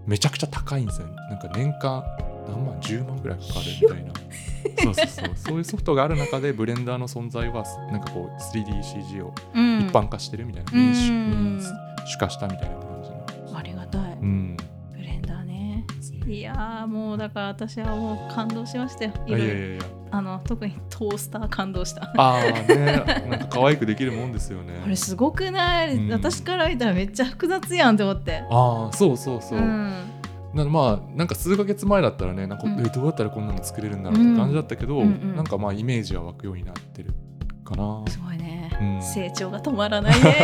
Speaker 1: めちゃくちゃ高いんですよなんか年間何万10万ぐらいかかるみたいなそうそうそうそういうソフトがある中でブレンダーの存在はなんかこう 3DCG を
Speaker 2: うん
Speaker 1: 一般化してるみたいな、
Speaker 2: うん
Speaker 1: 民主
Speaker 2: うん
Speaker 1: 民主化したみたいな感じの、
Speaker 2: ありがたい、
Speaker 1: うん、
Speaker 2: ブレンダーね
Speaker 1: ですね
Speaker 2: いやーもうだから私はもう感動しましたよい
Speaker 1: いや
Speaker 2: ろ
Speaker 1: い
Speaker 2: い
Speaker 1: や
Speaker 2: ろ
Speaker 1: いや
Speaker 2: あの特にトースター感動した
Speaker 1: ああねなんか可愛くできるもんですよね
Speaker 2: あれすごくない、
Speaker 1: うん
Speaker 2: 私から見たらめっちゃ複雑やんって思って
Speaker 1: ああそうそうそう、
Speaker 2: ん
Speaker 1: なのでまあなんか数ヶ月前だったらねなんか、
Speaker 2: うん
Speaker 1: えどうやったらこんなの作れるんだろうって感じだったけど、
Speaker 2: うんうんうん
Speaker 1: なんかまあイメージは湧くようになってるかな
Speaker 2: すごいね、
Speaker 1: うん
Speaker 2: 成長が止まらない
Speaker 1: [laughs]
Speaker 2: ね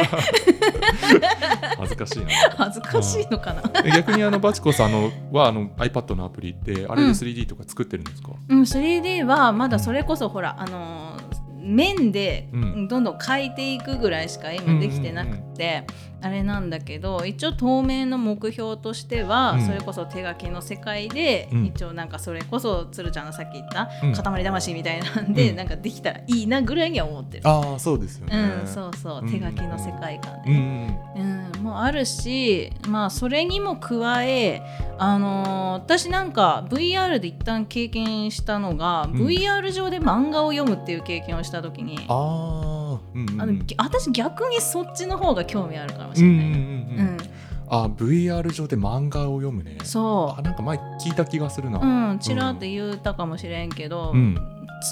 Speaker 1: 恥ずかしいな
Speaker 2: 恥ずかしいのかな
Speaker 1: え逆にあのバチコさんのはあの iPad のアプリってあれ
Speaker 2: うん
Speaker 1: で 3D とか作ってるんですか、
Speaker 2: うん 3D はまだそれこそほらあのー面で
Speaker 1: うん
Speaker 2: どんどん変えていくぐらいしか今できてなくて、あれなんだけど一応当面の目標としては、
Speaker 1: うん
Speaker 2: それこそ手書きの世界で、
Speaker 1: うん
Speaker 2: 一応なんかそれこそ鶴ちゃんがさっき言った、
Speaker 1: うん
Speaker 2: 塊魂みたいなんで、
Speaker 1: うん
Speaker 2: なんかできたらいいなぐらいには思ってる。
Speaker 1: ああそうですよね
Speaker 2: うん、そうそう
Speaker 1: うん
Speaker 2: 手書きの世界観で
Speaker 1: うんう
Speaker 2: ね、
Speaker 1: ん
Speaker 2: うん、もうあるし、まあ、それにも加え、あのー私なんか VR で一旦経験したのが、
Speaker 1: ん
Speaker 2: VR 上で漫画を読むっていう経験をした時に
Speaker 1: あー、うんうん、
Speaker 2: あのぎ私逆にそっちの方が興味あるかもし
Speaker 1: うん
Speaker 2: れ
Speaker 1: うん
Speaker 2: ないな。
Speaker 1: うんうん、あ VR 上で漫画を読むね
Speaker 2: うんそ
Speaker 1: あなんか前聞いた気がする
Speaker 2: う、う
Speaker 1: な、
Speaker 2: ん、ちらっと言ったかもしれんけど、
Speaker 1: うん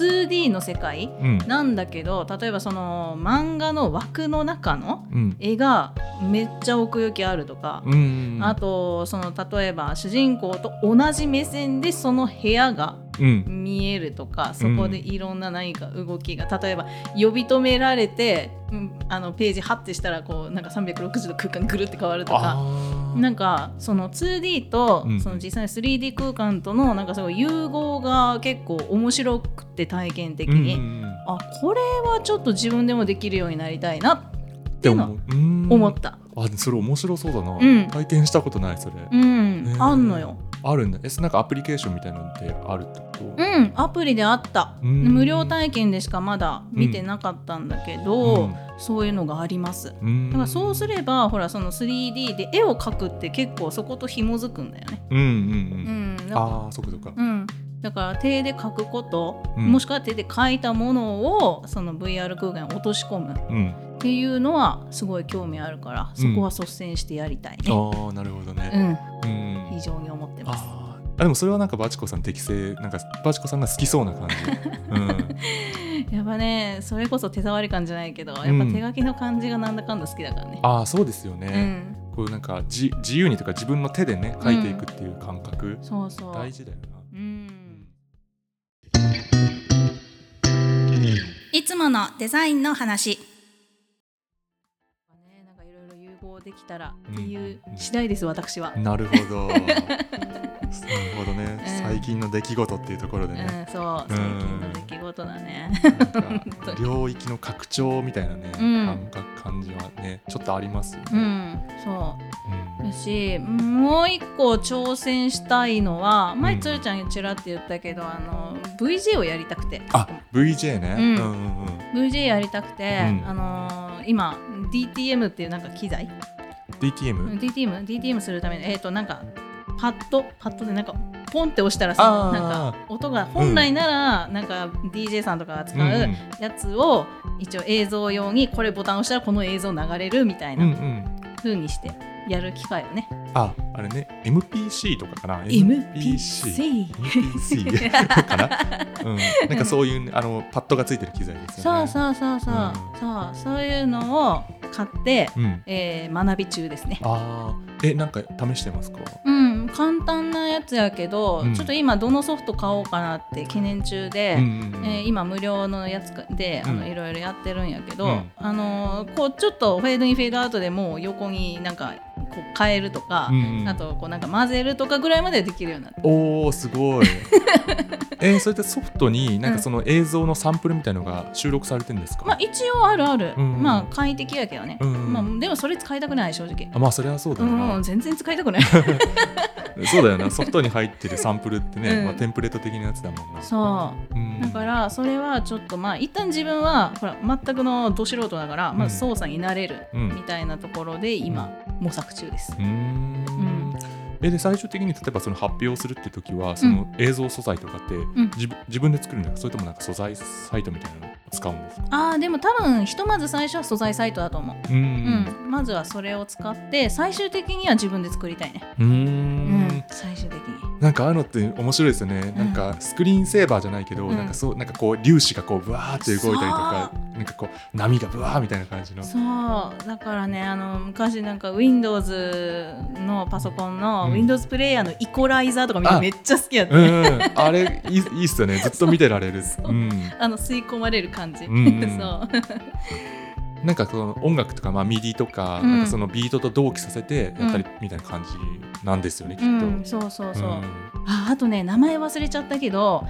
Speaker 2: 2D の世界
Speaker 1: うん
Speaker 2: なんだけど例えばその漫画の枠の中の
Speaker 1: うん
Speaker 2: 絵がめっちゃ奥行きあるとか、
Speaker 1: うん
Speaker 2: あとその例えば主人公と同じ目線でその部屋が
Speaker 1: うん
Speaker 2: 見えるとかそこでいろんな何か動きが、例えば呼び止められて、うんあのページハッてしたらこうなんか360度空間ぐるって変わるとか。
Speaker 1: あー
Speaker 2: なんかその 2D と
Speaker 1: うん
Speaker 2: その実際の 3D 空間とのなんかすごい融合が結構面白くて体験的に、
Speaker 1: うんうん
Speaker 2: あこれはちょっと自分でもできるようになりたいなっていうのは
Speaker 1: でもうん
Speaker 2: 思った、
Speaker 1: あそれ面白そうだな、
Speaker 2: うん
Speaker 1: 体験したことないそれ、
Speaker 2: うん
Speaker 1: ね
Speaker 2: あんのよ
Speaker 1: あるんだえなんかアプリケーションみたいなのってあるってこと
Speaker 2: うんアプリであった
Speaker 1: うん
Speaker 2: 無料体験でしかまだ見てなかったんだけど、そういうのがあります
Speaker 1: うん
Speaker 2: だからそうすればほらその 3D で絵を描くって結構そこと紐づくんだよね
Speaker 1: うんうん
Speaker 2: う
Speaker 1: うん
Speaker 2: んだか
Speaker 1: ああそっかそっか
Speaker 2: ら,、うん、だから手で描くこと、
Speaker 1: うん
Speaker 2: もしくは手で描いたものをその VR 空間に落とし込むっ
Speaker 1: うん
Speaker 2: ていうのはすごい興味あるからそこは率先してやりたいね、
Speaker 1: ああなるほど
Speaker 2: う
Speaker 1: ね、
Speaker 2: ん
Speaker 1: うん
Speaker 2: 非常に思ってます
Speaker 1: あーあでもそれはなんかバチコさん適正なんかバチコさんが好きそうな
Speaker 2: [laughs]
Speaker 1: 感じ、
Speaker 2: やっぱねそれこそ手触り感じゃないけどやっぱ
Speaker 1: うん
Speaker 2: 手書きの感じがなんだかんだ好きだからね、
Speaker 1: ああそうですよ
Speaker 2: う
Speaker 1: ね、
Speaker 2: ん
Speaker 1: こうなんかじ自由にとか自分の手でね書いていくっていう感覚、
Speaker 2: そうそう
Speaker 1: 大事だよな
Speaker 2: うん
Speaker 3: いつものデザインの話
Speaker 2: ね、なんかいろいろ融合できたらっていう次第です、私は。
Speaker 1: なるほ
Speaker 2: [laughs]
Speaker 1: どなるほどね、
Speaker 2: うん
Speaker 1: 最近の出来事っていうところで
Speaker 2: う
Speaker 1: ね、
Speaker 2: ん、そう、最近の出来事だね。
Speaker 1: なんか
Speaker 2: 本 [laughs] 当に
Speaker 1: 領域の拡張みたいなね、
Speaker 2: うん
Speaker 1: 感覚感じはねちょっとありますよ
Speaker 2: う
Speaker 1: ね。
Speaker 2: ん、そう。
Speaker 1: うん
Speaker 2: だし、もう一個挑戦したいのは、前つるちゃんにちらって言ったけど、あの VJ をやりたくて。
Speaker 1: あ VJ ね、
Speaker 2: うん
Speaker 1: うんうんうん
Speaker 2: VJ やりたくて、
Speaker 1: うん
Speaker 2: あのー今 DTM っていうなんか機材、
Speaker 1: DTM、
Speaker 2: DTM DTM するためにえっ、となんかパッドパッドでなんかポンって押したらさ
Speaker 1: あー
Speaker 2: なんか音が本来ならなんか DJ さんとかが使
Speaker 1: うん
Speaker 2: うやつを一応映像用にこれボタン押したらこの映像流れるみたい
Speaker 1: うんうんう
Speaker 2: なん風にしてやる機会をね、
Speaker 1: ああれね MPC とかかな
Speaker 2: MPC [laughs]
Speaker 1: MPC かな、うん、なんかそういうね、あのパッドがついてる機材ですよ
Speaker 2: そ
Speaker 1: ね。
Speaker 2: うそうそうそう、
Speaker 1: うん
Speaker 2: そうそういうのを買って、
Speaker 1: うん、
Speaker 2: えー学び中ですね
Speaker 1: ああえなんか試してますか
Speaker 2: うん、簡単なやつやけど、
Speaker 1: うん
Speaker 2: ちょっと今どのソフト買おうかなって懸念中で、
Speaker 1: うんうんうん
Speaker 2: えー今無料のやつであの、
Speaker 1: うん
Speaker 2: いろいろやってるんやけど、
Speaker 1: うん
Speaker 2: あのーこうちょっとフェードインフェードアウトでもう横になんかこう変えるとか、
Speaker 1: うんうん
Speaker 2: あとこうなんか混ぜるとかぐらいまでできるようになった。
Speaker 1: おーすご
Speaker 2: [laughs]
Speaker 1: いえー、それってソフトになんかその映像のサンプルみたいのが収録されてるんですか、
Speaker 2: まあ一応あるある、
Speaker 1: うんうん
Speaker 2: まあ簡易的やけどね、
Speaker 1: うんうん
Speaker 2: まあ、でもそれ使いたくない正直、
Speaker 1: あまあそれはそうだ
Speaker 2: う
Speaker 1: よ
Speaker 2: んう
Speaker 1: な、
Speaker 2: ん、全然使いた
Speaker 1: [laughs]
Speaker 2: くない
Speaker 1: そうだよなソフトに入ってるサンプルってね、
Speaker 2: うん
Speaker 1: まあ、テンプレート的なやつだもんな
Speaker 2: そう
Speaker 1: うん
Speaker 2: だからそれはちょっとまあ一旦自分はほら全くのど素人だから、ま
Speaker 1: う
Speaker 2: あ、
Speaker 1: ん
Speaker 2: 操作になれる
Speaker 1: うん
Speaker 2: みたいなところで今模索中です
Speaker 1: う。ーんえで最終的に例えばその発表するって時はその映像素材とかって
Speaker 2: ん
Speaker 1: 自,、自分で作るのかそれともなんか素材サイトみたいなのを使うんですか
Speaker 2: あーでも多分ひとまず最初は素材サイトだと思う、
Speaker 1: うー
Speaker 2: うん
Speaker 1: ん
Speaker 2: まずはそれを使って最終的には自分で作りたいね、
Speaker 1: うーん
Speaker 2: うん、最終的に
Speaker 1: なんかああいうのって面白いですよね、
Speaker 2: うん
Speaker 1: なんかスクリーンセーバーじゃないけど、
Speaker 2: うん
Speaker 1: なんかそうなんかこう粒子がこうブワーって動いたりとかなんかこう波がブワーみたいな感じの
Speaker 2: そうだからねあの昔なんか Windows のパソコン
Speaker 1: う
Speaker 2: の
Speaker 1: ん
Speaker 2: Windows プレイヤーのイコライザーとかみんな
Speaker 1: あ
Speaker 2: めっちゃ好きやった、
Speaker 1: うんうんあれいいいいっすよねずっと見てられる
Speaker 2: そう
Speaker 1: うん、
Speaker 2: あの吸い込まれる感じ、
Speaker 1: うんうん
Speaker 2: [laughs] そう
Speaker 1: なんかその音楽とか、まあ、ミディとか,、
Speaker 2: うん
Speaker 1: なんかそのビートと同期させてやったりみたいな感じなんですよね、き
Speaker 2: う
Speaker 1: っと。
Speaker 2: ん、そうそうそう、
Speaker 1: うん
Speaker 2: ああとね名前忘れちゃったけど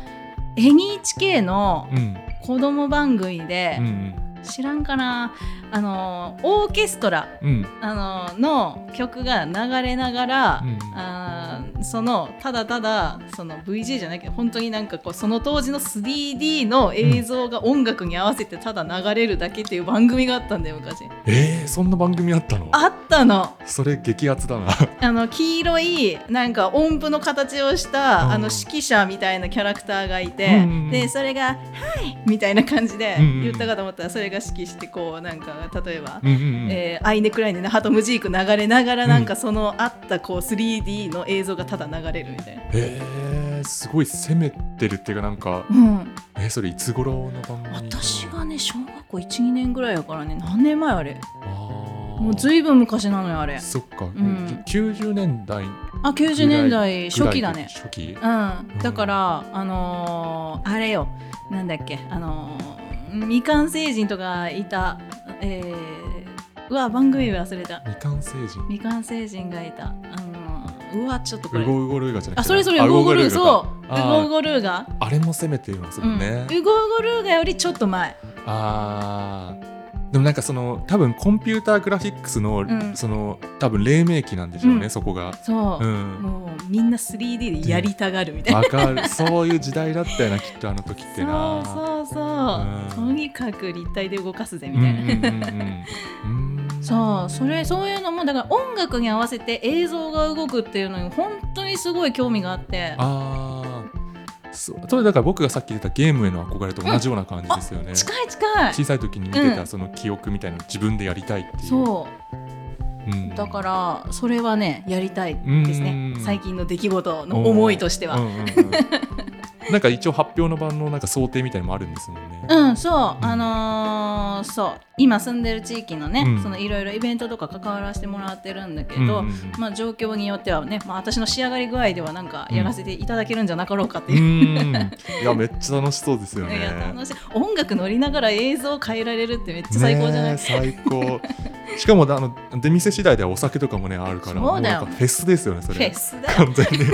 Speaker 2: NHK の
Speaker 1: うん
Speaker 2: 子供番組で
Speaker 1: う、ん
Speaker 2: 知らんかなあのオーケストラ
Speaker 1: うん
Speaker 2: あのの曲が流れながら、
Speaker 1: うん
Speaker 2: あーそのただただその VJ じゃないけど本当になんかこうその当時の 3D の映像が音楽に合わせてただ流れるだけっていう番組があったんだよ昔。
Speaker 1: えー、そんな番組あったの
Speaker 2: あったの
Speaker 1: それ激アツだな
Speaker 2: あの黄色いなんか音符の形をした、
Speaker 1: うん
Speaker 2: あの指揮者みたいなキャラクターがいて、
Speaker 1: うんうん
Speaker 2: でそれが「はい」みたいな感じで
Speaker 1: うんうん
Speaker 2: 言ったかと思ったらそれが指揮してこうなんか [laughs] 例えば。
Speaker 1: うんうんうん
Speaker 2: えーアイネクライネのハトムジーク流れながらなんか
Speaker 1: う
Speaker 2: そのあったこう 3D の映像がただ流れるみたいな、
Speaker 1: えー、すごい攻めてるっていうかなんか
Speaker 2: うん、
Speaker 1: えー、それいつ頃の番組かな
Speaker 2: 私がね小学校12年ぐらいやからね何年前あれ
Speaker 1: あー
Speaker 2: もうずいぶん昔なのよあれ
Speaker 1: そっか、
Speaker 2: ん
Speaker 1: 90年代ぐ
Speaker 2: あ90年代初
Speaker 1: らい
Speaker 2: 期
Speaker 1: の
Speaker 2: だね
Speaker 1: 初期
Speaker 2: うん
Speaker 1: ん、
Speaker 2: だから、あのーあれよなんだっけあのー未完成人とかいたえー、うわ番組忘れた
Speaker 1: 未完成人
Speaker 2: 未完成人がいたあのーうわちょっとこ
Speaker 1: ウ
Speaker 2: れ
Speaker 1: ゴウゴルーガじゃなくて
Speaker 2: あそれそれ
Speaker 1: あ
Speaker 2: ウゴウゴルー
Speaker 1: ガか
Speaker 2: そうウ
Speaker 1: あー
Speaker 2: ゴウゴルーガ
Speaker 1: あれも攻めてます
Speaker 2: う
Speaker 1: も
Speaker 2: ん、
Speaker 1: んね、
Speaker 2: ウゴウゴルーガよりちょっと前
Speaker 1: あーでもなんかその多分コンピューターグラフィックスの、
Speaker 2: ん
Speaker 1: その多分黎明期なんでしょうね、
Speaker 2: うん
Speaker 1: そこが。
Speaker 2: そ
Speaker 1: う
Speaker 2: う、
Speaker 1: ん
Speaker 2: もうみんな 3D でやりたがるみたいな、
Speaker 1: わかるそういう時代だったよなきっとあの時ってな。
Speaker 2: そうそうそう、
Speaker 1: うん
Speaker 2: とにかく立体で動かすぜみ
Speaker 1: うん
Speaker 2: た
Speaker 1: う
Speaker 2: いな、
Speaker 1: んうんうんうん
Speaker 2: そうそれそういうのもだから音楽に合わせて映像が動くっていうのに本当にすごい興味があって
Speaker 1: あーそうそれだから僕がさっき出たゲームへの憧れと同じような感じですよね。
Speaker 2: 近い近い
Speaker 1: 小さい時に見て
Speaker 2: うん
Speaker 1: たその記憶みたいなのを自分でやりたいっていう。
Speaker 2: そ
Speaker 1: うん
Speaker 2: うだからそれはねやりたいですね
Speaker 1: うん
Speaker 2: 最近の出来事の思いとしては
Speaker 1: うんうんうんなんか一応発表の版のなんか想定みたいのもあるんですもんね。
Speaker 2: うん、そう、あのーそう今住んでる地域のね、
Speaker 1: うん
Speaker 2: そのいろいろイベントとか関わらせてもらってるんだけど、
Speaker 1: うんうんうん
Speaker 2: まあ、状況によってはね、まあ、私の仕上がり具合ではなんか
Speaker 1: うん
Speaker 2: やらせていただけるんじゃなかろうかって
Speaker 1: う
Speaker 2: いう、
Speaker 1: ーんいやめっちゃ楽しそうですよ
Speaker 2: いや楽
Speaker 1: ね。
Speaker 2: しい音楽乗りながら映像変えられるってめっちゃ最高じゃない、
Speaker 1: ねえ最高。しかもあの出店次第ではお酒とかもねあるから、
Speaker 2: そうだよ
Speaker 1: もなんかフェスですよねそ
Speaker 2: フ
Speaker 1: れ
Speaker 2: ェ。スだよ
Speaker 1: 完全 [laughs] に。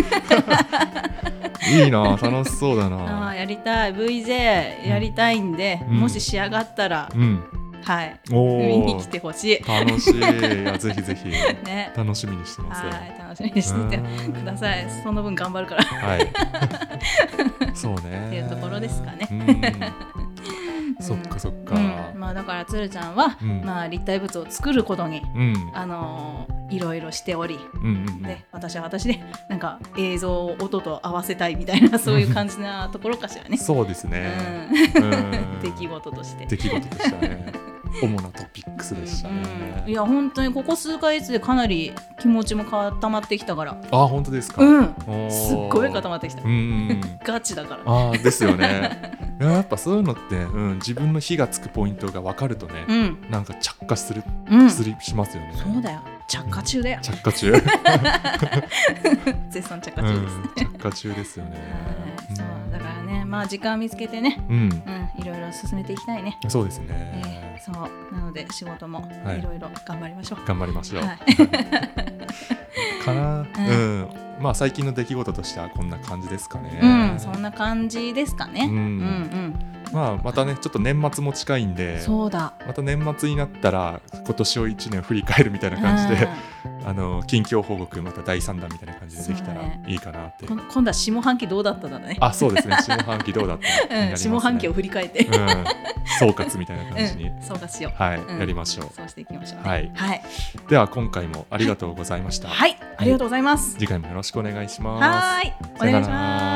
Speaker 1: いいな楽しそうだ
Speaker 2: あー
Speaker 1: な。
Speaker 2: やりたい VJ やりたいんで、
Speaker 1: うん
Speaker 2: もし仕上がったら、
Speaker 1: うん。
Speaker 2: はい
Speaker 1: お
Speaker 2: 見
Speaker 1: お
Speaker 2: に来。てほしい
Speaker 1: 楽しい。いやぜひぜひ
Speaker 2: ね
Speaker 1: 楽しみにしてます。
Speaker 2: はい楽しみにしててくださいその分頑張るから
Speaker 1: はい。
Speaker 2: [laughs]
Speaker 1: そうね。
Speaker 2: っていうところですかね
Speaker 1: うん。
Speaker 2: [laughs]
Speaker 1: そっかそっか。
Speaker 2: うんまあ、だからつるちゃんは、
Speaker 1: うん
Speaker 2: まあ、立体物を作ることに、
Speaker 1: うん。
Speaker 2: あのーいろいろしており
Speaker 1: うんうんうん。
Speaker 2: で私は私でなんか映像を音と合わせたいみたいなそういう感じなところかしらね。
Speaker 1: そうです
Speaker 2: う
Speaker 1: ね。
Speaker 2: ん、
Speaker 1: うん
Speaker 2: [laughs] 出来事として。
Speaker 1: 出来事でした
Speaker 2: [laughs]
Speaker 1: ね。主なトピックスでした
Speaker 2: うんい
Speaker 1: ね。
Speaker 2: や本当にここ数ヶ月でかなり気持ちも固まってきたから
Speaker 1: あ、本当ですか。
Speaker 2: うん
Speaker 1: おー
Speaker 2: すっごい固まってきた、
Speaker 1: うん。
Speaker 2: ガチだから
Speaker 1: ああ、ですよね。いややっぱそういうのって、うん、自分の火がつくポイントが分かるとね
Speaker 2: う、ん
Speaker 1: なんか着火する、
Speaker 2: うん
Speaker 1: す
Speaker 2: そ
Speaker 1: るしますよね。
Speaker 2: うだよ着火中だよ
Speaker 1: 着火中。
Speaker 2: [laughs] 絶賛着火
Speaker 1: う
Speaker 2: 中です、
Speaker 1: ん、着火中ですよね
Speaker 2: はい。そうだからねまあ時間見つけてね
Speaker 1: うん、
Speaker 2: うんいろいろ進めていきたいね、
Speaker 1: そうです
Speaker 2: えー
Speaker 1: ね。
Speaker 2: そうなので仕事も
Speaker 1: はい
Speaker 2: いろいろ頑張りましょう、
Speaker 1: 頑張りましょう。
Speaker 2: はい
Speaker 1: かな、
Speaker 2: うん
Speaker 1: うん、まあ最近の出来事としてはこんな感じですかね。
Speaker 2: うん、そんな感じですかね。
Speaker 1: うん
Speaker 2: うん、うん、
Speaker 1: まあまたねちょっと年末も近いんで。
Speaker 2: そうだ。
Speaker 1: また年末になったら今年を1年振り返るみたいな感じで、 [laughs] あの近況報告また第3弾みたいな感じでできた
Speaker 2: そう
Speaker 1: ら
Speaker 2: ね
Speaker 1: いいかなって、
Speaker 2: うんこ今度は下半期どうだっただね。
Speaker 1: あそうですね下半期どうだったになり
Speaker 2: [laughs] うん、
Speaker 1: ますね
Speaker 2: 下半期を振り返って。
Speaker 1: うん、総括みたいな感じに、
Speaker 2: うん、そうかしよう。
Speaker 1: はい、
Speaker 2: うん
Speaker 1: やりましょう
Speaker 2: そうしていきましょう、ね。
Speaker 1: はい
Speaker 2: はい、
Speaker 1: では今回もありがとうございました、
Speaker 2: はいありがとうございます。
Speaker 1: 次回もよろしくお願いします
Speaker 2: はーい、お願いします。